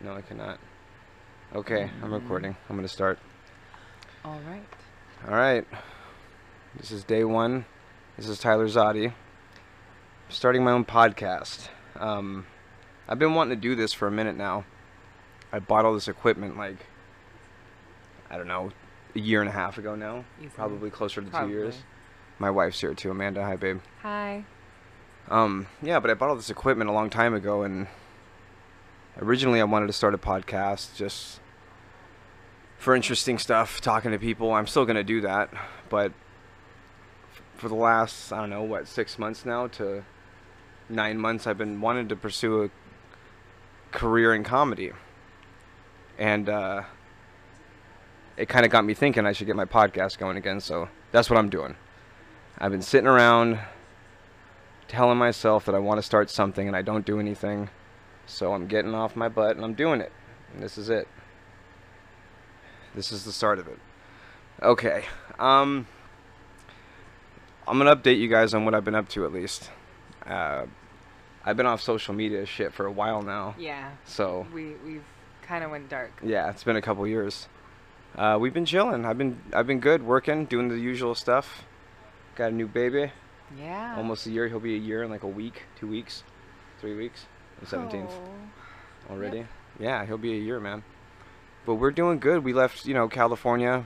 No, I cannot. Okay, I'm Mm. recording. I'm gonna start. All right. All right. This is day one. This is Tyler Zotti. Starting my own podcast. Um, I've been wanting to do this for a minute now. I bought all this equipment like I don't know, a year and a half ago now. Easily. Probably closer to Probably. two years. My wife's here too, Amanda. Hi, babe. Hi. Um, yeah, but I bought all this equipment a long time ago, and originally I wanted to start a podcast just for interesting stuff, talking to people. I'm still gonna do that, but f- for the last I don't know what six months now to nine months, I've been wanting to pursue a career in comedy, and uh, it kind of got me thinking I should get my podcast going again. So that's what I'm doing. I've been sitting around telling myself that I want to start something and I don't do anything. So I'm getting off my butt and I'm doing it. And this is it. This is the start of it. Okay. Um I'm going to update you guys on what I've been up to at least. Uh I've been off social media shit for a while now. Yeah. So, We we've kind of went dark. yeah, it's been a couple years. Uh, we've been chilling. I've been I've been good working, doing the usual stuff. Got a new baby Yeah. almost a year. He'll be a year in like a week, two weeks, three weeks. The seventeenth Oh. already. Yeah, he'll be a year, man. But we're doing good. We left, you know, California.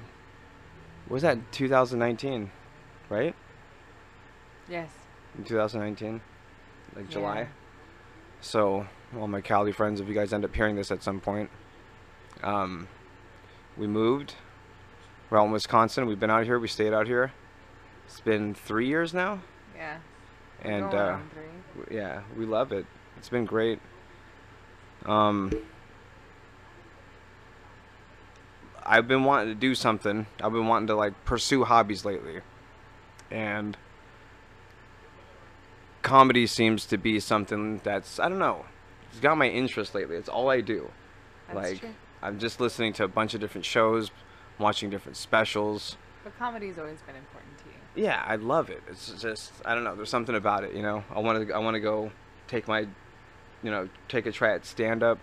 What was that 2019, right? Yes. In 2019, like Yeah. July. So, all my Cali friends, if you guys end up hearing this at some point, um, we moved. We're out in Wisconsin. We've been out here. We stayed out here. It's been three years now, Yeah. and Going uh, on three. w- yeah, we love it. It's been great. Um, I've been wanting to do something. I've been wanting to like pursue hobbies lately, and comedy seems to be something that's I don't know. It's got my interest lately. It's all I do. That's like true. I'm just listening to a bunch of different shows, watching different specials. But comedy's always been important to you. Yeah, I love it. It's just I don't know. There's something about it, you know. I want to I want to go take my, you know, take a try at stand up.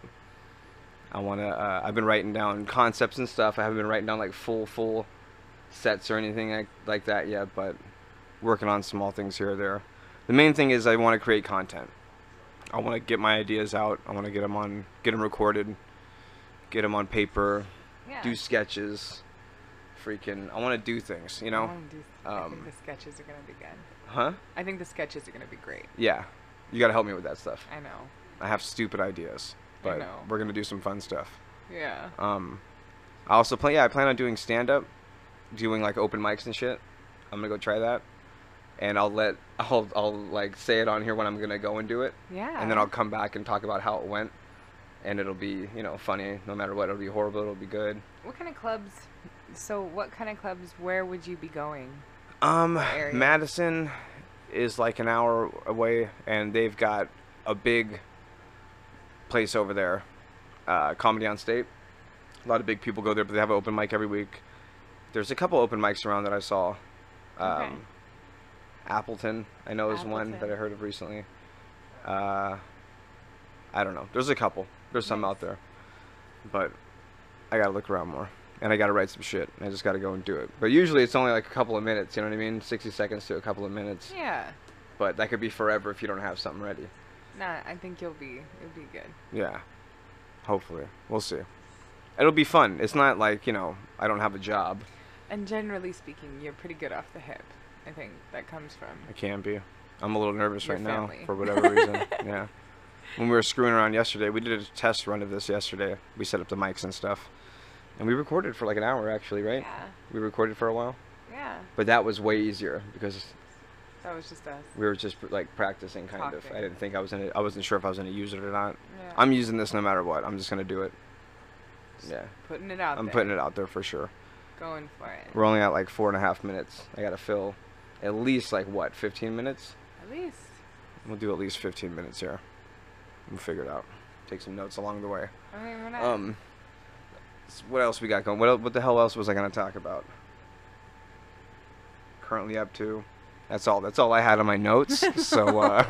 I want to. Uh, I've been writing down concepts and stuff. I haven't been writing down like full full sets or anything like, like that yet, but working on small things here or there. The main thing is I want to create content. I want to get my ideas out. I want to get them on get them recorded, get them on paper, Yeah. do sketches, freaking. I want to do things, you I know. wanna do s- I um, think the sketches are gonna be good. Huh? I think the sketches are gonna be great. Yeah. You gotta help me with that stuff. I know. I have stupid ideas, I but know. we're gonna do some fun stuff. Yeah. Um, I also plan. Yeah, I plan on doing stand up, doing like open mics and shit. I'm gonna go try that, and I'll let I'll I'll like say it on here when I'm gonna go and do it, Yeah. and then I'll come back and talk about how it went, and it'll be you know funny no matter what. It'll be horrible. It'll be good. What kind of clubs? So what kind of clubs? Where would you be going? Um, area? Madison is like an hour away, and they've got a big place over there, uh, Comedy on State. A lot of big people go there, but they have an open mic every week. There's a couple open mics around that I saw. Um, Okay. Appleton, I know, is one that Appleton. I heard of recently. Uh, I don't know. There's a couple. There's some Nice. out there, but I gotta look around more, and I gotta write some shit. I just gotta go and do it. But usually it's only like a couple of minutes. You know what I mean? Sixty seconds to a couple of minutes. Yeah. But that could be forever if you don't have something ready. Nah, I think you'll be you'll be good. Yeah. Hopefully, we'll see. It'll be fun. It's not like you know I don't have a job. And generally speaking, you're pretty good off the hip. I think that comes from I can be. I'm a little nervous Your right family. now for whatever reason. yeah. When we were screwing around yesterday, we did a test run of this yesterday. We set up the mics and stuff, and we recorded for like an hour actually, right? yeah, We recorded for a while, yeah. but that was way easier because That was just us. we were just like practicing kind of. I Talking. didn't think I was in it. I wasn't sure if I was going to use it or not. Yeah. I'm using this no matter what. I'm just going to do it. Just Yeah, putting it out. I'm there, putting it out there for sure. Going for it. We're only at like four and a half minutes. I got to fill at least like what 15 minutes. At least. We'll do at least 15 minutes here. We'll figure it out. Take some notes along the way. I mean, we're not. Um, s- what else we got going? What el- what the hell else was I gonna talk about? Currently up to. That's all. That's all I had on my notes. so uh,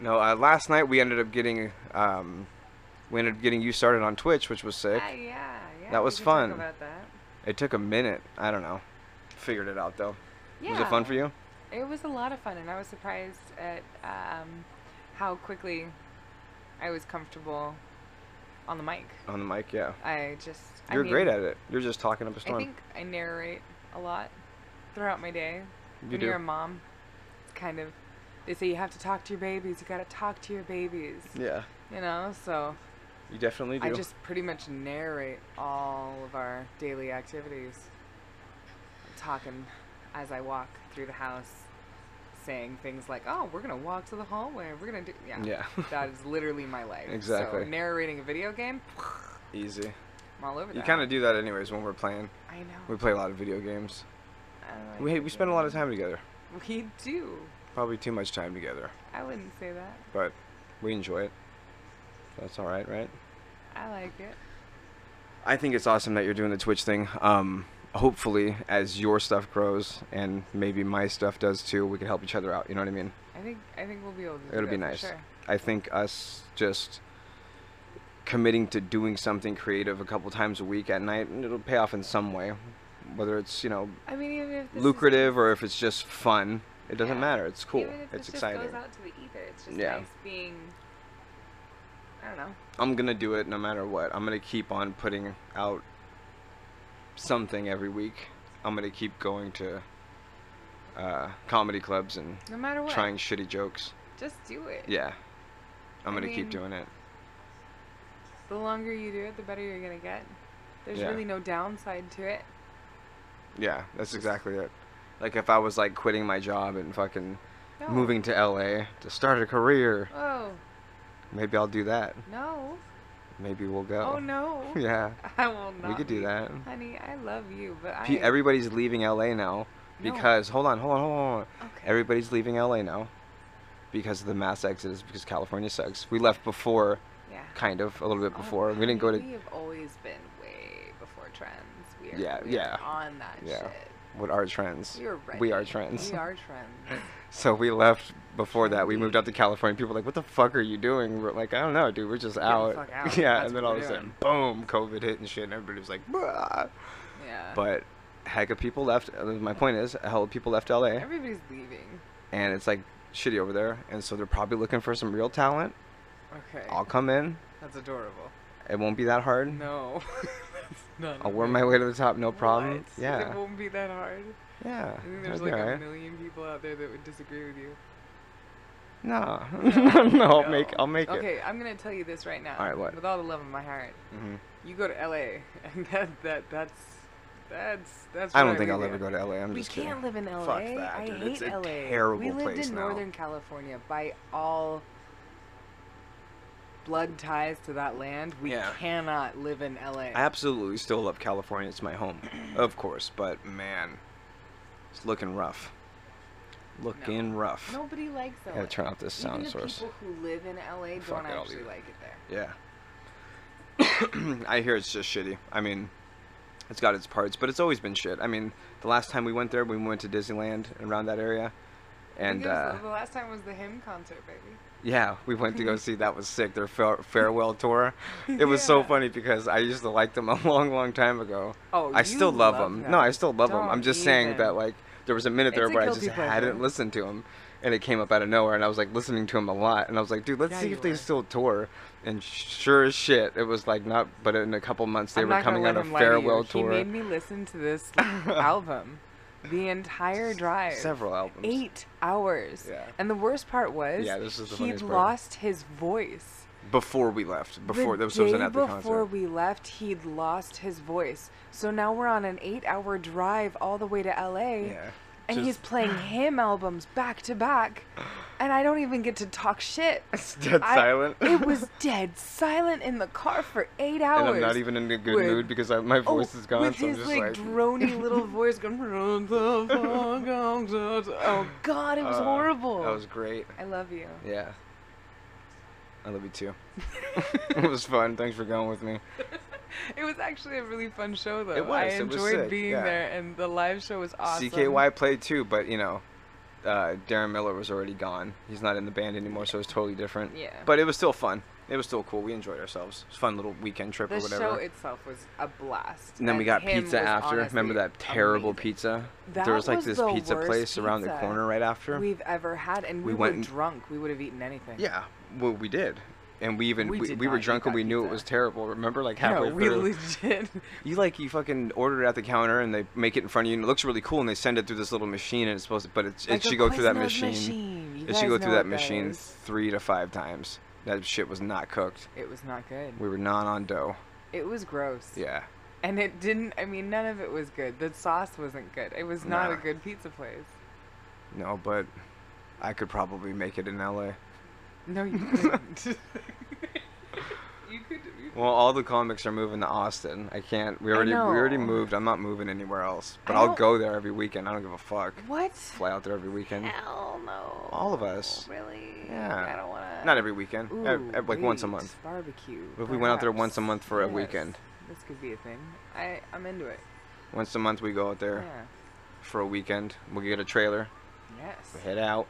no, uh, last night we ended up getting um, we ended up getting you started on Twitch, which was sick. Ah, yeah, yeah. That we was could fun. Talk about that. It took a minute. I don't know. Figured it out though. Yeah. Was it fun for you? It was a lot of fun, and I was surprised at um, how quickly I was comfortable on the mic. On the mic, yeah. I just You're I mean, great at it. You're just talking up a I storm. think I narrate a lot throughout my day. you when do. you're a mom, it's kind of they say you have to talk to your babies. You gotta talk to your babies. yeah. You know, so You definitely do. I just pretty much narrate all of our daily activities. Talking as I walk through the house, saying things like, "Oh, we're gonna walk to the hallway. We're gonna do yeah." yeah. That is literally my life. Exactly. So narrating a video game, Easy. I'm all over You that. kind of do that anyways when we're playing. I know. We play a lot of video games. I like We video we spend a lot of games. time together. We do. Probably too much time together, I wouldn't say that. but we enjoy it. That's all right, right? I like it. I think it's awesome that you're doing the Twitch thing. Um, hopefully, as your stuff grows and maybe my stuff does too, we can help each other out. You know what I mean? I think I think we'll be able to. do It'll that be for nice. Sure. I think us just committing to doing something creative a couple times a week at night, and it'll pay off in some way, whether it's you know I mean, even if this is- lucrative or if it's just fun. It doesn't Yeah. matter. It's cool. Even if It's this exciting. Just goes out to the ether. It's just Yeah. nice being. I don't know. I'm gonna do it no matter what. I'm gonna keep on putting out something every week. I'm gonna keep going to uh, comedy clubs and No matter what, trying shitty jokes. just do it. Yeah, I'm I gonna keep mean- doing it. The longer you do it, the better you're gonna get. There's Yeah. really no downside to it. Yeah, that's exactly it. Like if I was like quitting my job and fucking No. moving to LA to start a career, Oh maybe I'll do that. no! Maybe we'll go. Oh no! Yeah, I will not. we could do be- that. honey. I love you, but I. Pe- Everybody's leaving LA now No. because hold on, hold on, hold on. Hold on. okay. Everybody's leaving LA now because of the mass exodus because California sucks. We left before, yeah. kind of, a little bit Oh, before. We didn't go to honey, We have always been way before trends. We are, Yeah, we are yeah. on that Yeah. shit. what are trends. We are We ready. are trends. We are trends. So we left before that. We moved out to California. People were like, "What the fuck are you doing?" We're like, "I don't know, dude. We're just the out." fuck out. Yeah, That's and then what all of we're a sudden, doing. boom, COVID hit and shit, and everybody was like, "Bruh." Yeah. But heck of people left. uh, My point is, a hell of people left LA, everybody's leaving. and it's like shitty over there. And so they're probably looking for some real talent. Okay. I'll come in. That's adorable. It won't be that hard. No. That's not I'll work okay. Oh, my way to the top, no problem. What? It Yeah, won't be that hard. yeah. I think it'll there's be like all a right. million people out there that would disagree with you. No, no, I'll make, I'll make it. Okay, I'm gonna tell you this right now. All right, what? With all the love of my heart, hmm you go to LA, and that that that's that's that's. I what don't think I'll really ever am. go to LA. I'm we just kidding. can't live in LA. Fuck that, I dude. hate It's a LA. terrible we lived place in now. Northern California by all blood ties to that land. We Yeah. cannot live in LA. I absolutely still love California. It's my home, of course, but man, it's looking rough. Looking rough. Nobody likes LA. Gotta turn off this Even sound the source. people who live in LA don't Fuck it, I'll actually leave it. like it there. Yeah. I hear it's just shitty. I mean, it's got its parts, but it's always been shit. I mean, the last time we went there, we went to Disneyland and around that area. I And think it was uh, the- the last time was the hymn concert, baby. yeah, we went to go see that was sick, their far- farewell tour. It was so Yeah. funny because I used to like them a long, long time ago. Oh, I still love, them. No, I still love them. I'm Don't just saying even. that like there was a minute there It's a where I just guilty pleasure. hadn't listened to them, and it came up out of nowhere, and I was like listening to them a lot, and I was like, dude, let's Yeah, see you if they were. still tour. And sure as shit, it was like not, but in a couple months they I'm were not gonna coming on let a him lie to you. farewell He tour. made me listen to this album, the entire drive, Several albums. eight hours. Yeah. And the worst part was, Yeah, this is the he funniest part. lost his voice. Before we left, before the that was, so it was an day epic before concert. we left, he'd lost his voice. So now we're on an eight-hour drive all the way to LA. yeah. and he's Just- playing him albums back to back, and I don't even get to talk shit. It's dead I- silent. it was dead silent in the car for eight hours. and I'm not even in a good with- mood because I, my Oh, voice is gone, with so I'm his just like, like, drony little voice going. "Run the fuck out, out, out." Oh God, it was uh, horrible. That was great. I love you. Yeah. I love you too. it was fun. Thanks for going with me. It was actually a really fun show though. was, I it was enjoyed sick, being yeah. there, and the live show was awesome. CKY played too, but you know, uh, Darren Miller was already gone. He's not in the band anymore, so it's totally different. Yeah. But it was still fun. it was still cool. We enjoyed ourselves. It was a fun little weekend trip or The whatever. show itself was a blast. and then we got him pizza was after. Remember honestly that terrible amazing. pizza? That there was like was this the pizza worst place around the pizza corner right after. we've ever had, and We we, went were and- drunk. We would have eaten anything. yeah, well we did, and we even we, We we, did were not eat drunk and that we knew it pizza. was terrible. Remember like halfway no, we through. legit. You like you fucking order it at the counter and they make it in front of you and it looks really cool and they send it through this little machine and it's supposed to but it's, Like it a should go through that Quiznos machine. machine. You It should guys go through know that what that machine is. three to five times. That shit was not cooked. It was not good. We were not on dough. It was gross. Yeah. And it didn't. I mean, none of it was good. The sauce wasn't good. It was not a Nah. good pizza place. No, but I could probably make it in LA. No, you couldn't. you could. You Well, all the comics are moving to Austin. I can't. We already we already know. moved. I'm not moving anywhere else. But I I'll don't- go there every weekend. I don't give a fuck. What? Fly out there every weekend. Hell no. All of us. Really? Yeah. I don't wanna. Not every weekend. Ooh, Ev- ev- like once a wait, month. Barbecue. What if we went out there once a perhaps. month for a Yes, weekend? This could be a thing. I I'm into it. Once a month we go out there Yeah. for a weekend. We get a trailer. Yes. We head out.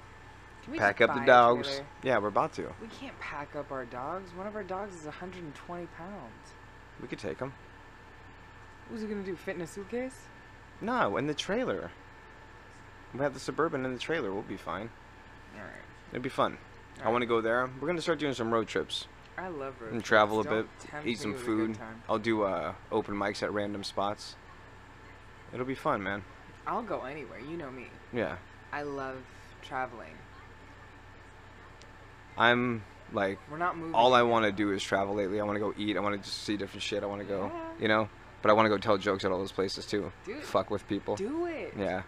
Can we pack just up buy the a dogs. trailer? Yeah, we're about to. We can't pack up our dogs. One of our dogs is 120 pounds. We could take them. Who's he gonna do? Fit in a suitcase? No, in the trailer. We have the suburban in the trailer. We'll be fine. All right. It'd be fun. I Alright. want to go there. We're gonna start doing some road trips. I love road and travel a trips. bit, Don't tempt eat me some with a good food. time. I'll do uh, open mics at random spots. It'll be fun, man. I'll go anywhere. You know me. Yeah, I love traveling. I'm like We're not moving. all I want to do is travel lately. I want to go eat. I want to just see different shit. I want to go, Yeah. you know. But I want to go tell jokes at all those places too. Do it. Fuck with people. do it. Yeah,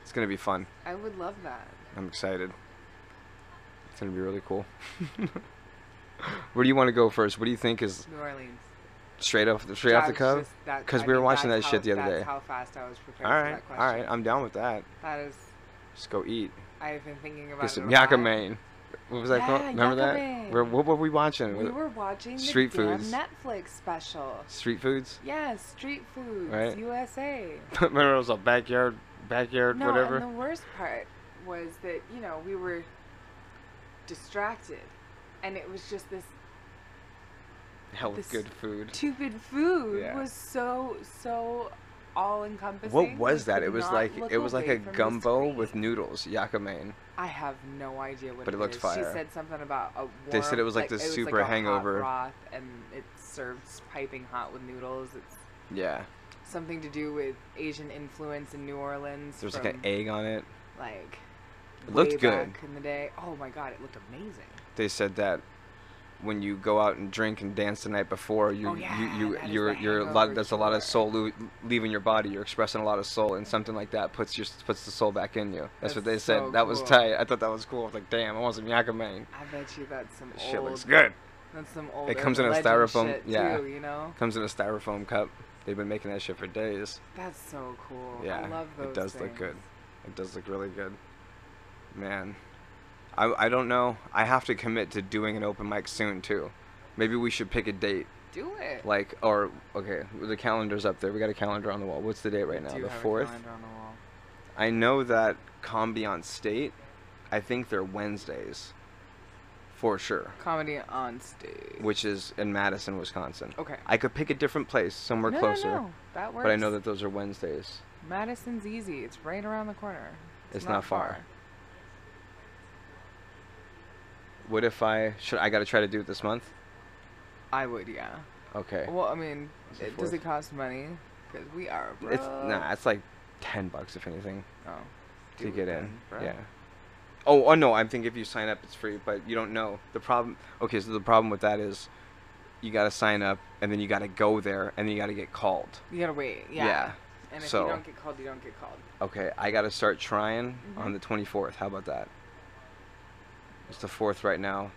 it's gonna be fun. I would love that. I'm excited. It's gonna be really cool. Where do you want to go first? What do you think is New Orleans. straight off the straight off the That cuff? was just- that- 'Cause I we were mean, watching that's that shit how- the other that's day. How fast I was All prepared for right, that all question. right. I'm down with that. That is. Just go eat. I've been thinking about Get it. some a Yucca lot. Maine. What was that Yeah, called? Remember Yucca that? Maine. Where, what were we watching? We were watching Street the damn foods. Netflix special. Street foods? Yeah, Street Foods Right. USA. Remember it was a backyard, backyard, No, whatever? and the worst part was that you know we were distracted, and it was just this Hell with this- good food. stupid food Yeah. was so so all encompassing. What was that? could It was not like look it was like a away from the gumbo screen. with noodles, Yucca Maine. I have no idea what But it it looked is. fire. She said something about a warm, They said it was like this it was super a hot hangover. broth, and it's served piping hot with noodles. It's Yeah, something to do with Asian influence in New Orleans. there was from, like an egg on it. like It looked way good. back in the day. Oh my god, it looked amazing. They said that when you go out and drink and dance the night before, you Oh, yeah, you, you that is you're the you're a lot. hangover That's a lot of cure. soul lo- leaving your body. You're expressing a lot of soul, and something like that puts your puts the soul back in you. That's, what they That's said. so that was cool. tight. I thought that was cool. I was like, damn, I want some Yucca Maine. I bet you that's some This old. shit looks good. That's some old. It comes in a urban legend styrofoam- shit yeah. Too, you know, Comes in a styrofoam cup. They've been making that shit for days. that's so cool. Yeah, I love those it does look good. things. It does look really good. Man, I I don't know. I have to commit to doing an open mic soon too. Maybe we should pick a date. Do it. Like, or okay, the calendar's up there. We got a calendar on the wall. What's the date right We now? do The have a fourth. calendar on the wall. I know that Combi on State. I think they're Wednesdays, for sure. Comedy on stage. Which is in Madison, Wisconsin. Okay. I could pick a different place, somewhere no, closer. No, no, that works. But I know that those are Wednesdays. Madison's easy. It's right around the corner. It's not far. What if I should I got to try to do it this month? I would, yeah. Okay. Well, I mean, It's the it, does fourth. it cost money? Because we are. Broke. It's nah, it's like ten bucks if anything Oh. to Do get it in. then, bro. Yeah. Oh, oh no, I think if you sign up, it's free, but you don't know the problem. Okay, so the problem with that is, you gotta sign up and then you gotta go there and then you gotta get called. You gotta wait. Yeah. And if so- you don't get called, you don't get called. Okay, I gotta start trying on Mhm. the 24th. How about that? It's the fourth right now.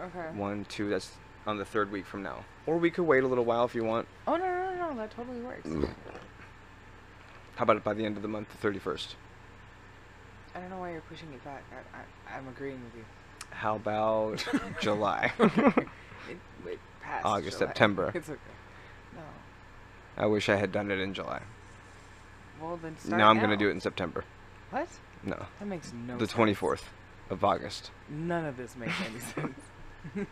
Okay. One, two. That's on the third week from now. Or we could wait a little while if you want. Oh no, no, no, no, that totally works. Mm. How about it by the end of the month, the 31st? I don't know why you're pushing it back. I, I, I'm agreeing with you. How about July? It, it passed August, July. September. It's okay. No. I wish I had done it in July. Well, then start now I'm gonna do it in September. What? No, That makes no the sense. 24th of August. None of this makes any sense.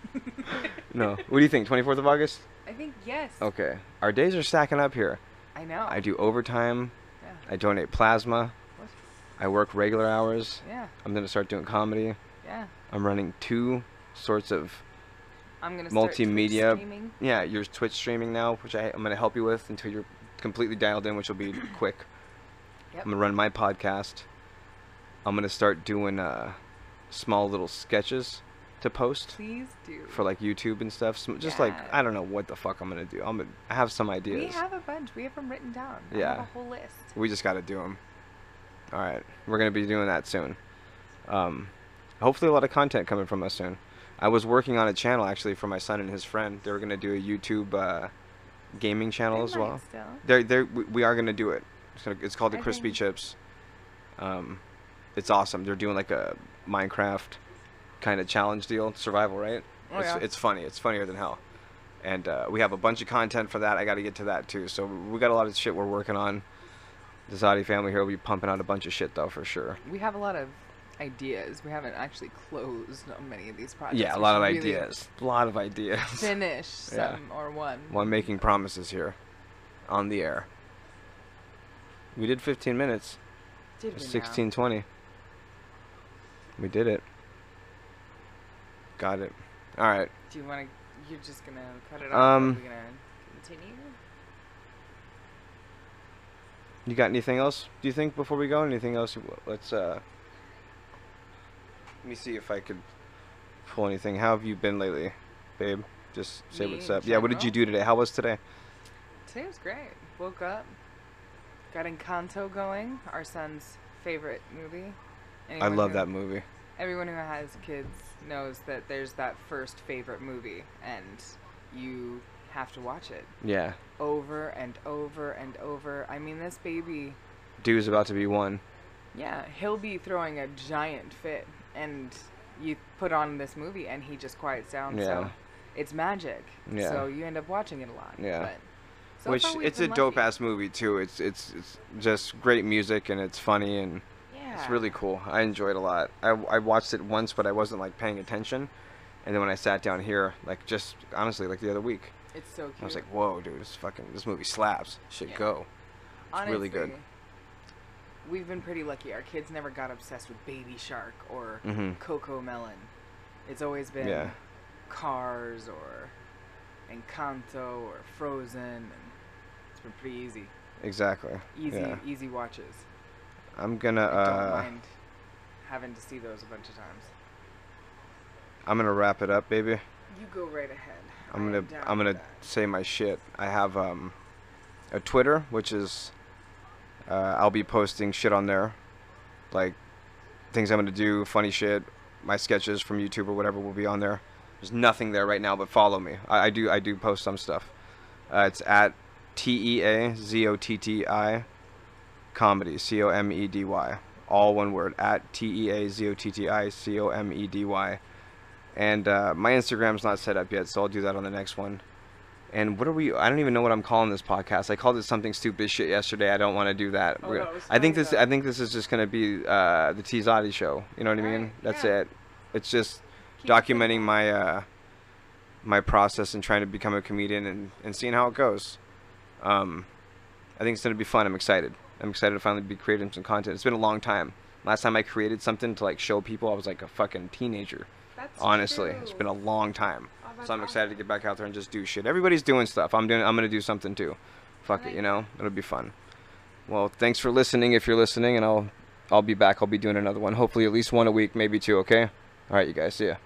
No. What do you think? 24th of August? I think yes. Okay. Our days are stacking up here. I know. I do overtime. Yeah. I donate plasma. What? I work regular hours. Yeah. I'm going to start doing comedy. Yeah. I'm running two sorts of I'm gonna start Twitch Multimedia. streaming. yeah, your Twitch streaming now, which I, I'm going to help you with until you're completely dialed in, which will be quick. Yep. I'm going to run my podcast. I'm going to start doing uh, small little sketches to post Please do. for like YouTube and stuff. Some, just like, Yeah. I don't know what the fuck I'm going to do. I'm gonna, I have some ideas. we have a bunch. We have them written down. I have Yeah. a whole list. We just got to do them. All right. We're going to be doing that soon. Um, hopefully, a lot of content coming from us soon. I was working on a channel actually for my son and his friend. They were going to do a YouTube uh, gaming channel They as might well. still. They're, they're, we we are going to do it. It's, gonna, it's called the I Crispy think- Chips. Um, it's awesome. They're doing like a Minecraft kind of challenge deal, survival, right? Oh, it's, yeah. it's funny. It's funnier than hell. And uh, we have a bunch of content for that. I got to get to that too. So we got a lot of shit we're working on. The Zadi family here will be pumping out a bunch of shit though, for sure. We have a lot of ideas. We haven't actually closed on many of these projects. yeah, a We lot of should really ideas. A lot of ideas. Finish Yeah. some or one. Well, I'm making promises here on the air. We did 15 minutes. Did we It's now? 1620. We did it. Got it. All right. Do you want to? You're just gonna cut it off. Um, Um. Are we gonna continue? You got anything else? Do you think before we go? Anything else? you- Let's uh. Let me see if I could pull anything. How have you been lately, babe? Just say Me what's in up. Yeah. What did you do today? How was today? Today was great. Woke up, got Encanto going, our son's favorite movie. I Anyone love who- that movie. Everyone who has kids knows that there's that first favorite movie, and you have to watch it Yeah. over and over and over. I mean, this baby, Dude's about to be one. yeah, he'll be throwing a giant fit, and you put on this movie, and he just quiets down. Yeah. So it's magic. Yeah. So you end up watching it a lot. Yeah. But so Which far we've it's a been dope lucky. ass movie too. It's it's it's just great music and it's funny and Yeah. It's really cool. I enjoyed it a lot. I, I watched it once, but I wasn't like paying attention. And then when I sat down here, like just honestly, like the other week, It's so cute. I was like, "Whoa, dude, this fucking this movie slaps. Should Yeah. go." Honestly, really good. We've been pretty lucky. Our kids never got obsessed with Baby Shark or Mm-hmm. Coco Melon. It's always been Yeah. Cars or Encanto or Frozen. And it's been pretty easy, Exactly. easy, Yeah. easy watches. I'm gonna I don't uh, mind having to see those a bunch of times. I'm gonna wrap it up, baby. You go right ahead. I I'm am gonna down I'm with gonna that. say my shit. I have um a Twitter, which is uh, I'll be posting shit on there, like things I'm gonna do, funny shit, my sketches from YouTube or whatever will be on there. There's nothing there right now, but follow me. I, I do I do post some stuff. Uh, it's at T E A Z O T T I comedy C O M E D Y all one word at T E A Z O T T I C O M E D Y. And uh, my Instagram's not set up yet, so I'll do that on the next one. And what are we? I don't even know what I'm calling this podcast. I called it something stupid as shit yesterday. I don't want to do that. Oh, We're- that was I think fine, this. though. I think this is just gonna be uh, the T Zotti show. You know what I Right, mean? That's yeah. it. It's just Keep it documenting my uh, my process and trying to become a comedian and, and seeing how it goes. Um, I think it's gonna be fun. I'm excited. I'm excited to finally be creating some content. It's been a long time. Last time I created something to like show people, I was like a fucking teenager. That's Honestly, it's been a true. long time. Oh, that's So I'm excited to awesome. get back out there and just do shit. Everybody's doing stuff. I'm doing. I'm gonna do something too. Fuck it, you know. It'll be fun. Well, thanks for listening. If you're listening, and I'll I'll be back. I'll be doing another one. Hopefully, at least one a week, maybe two. Okay. All right, you guys. See ya.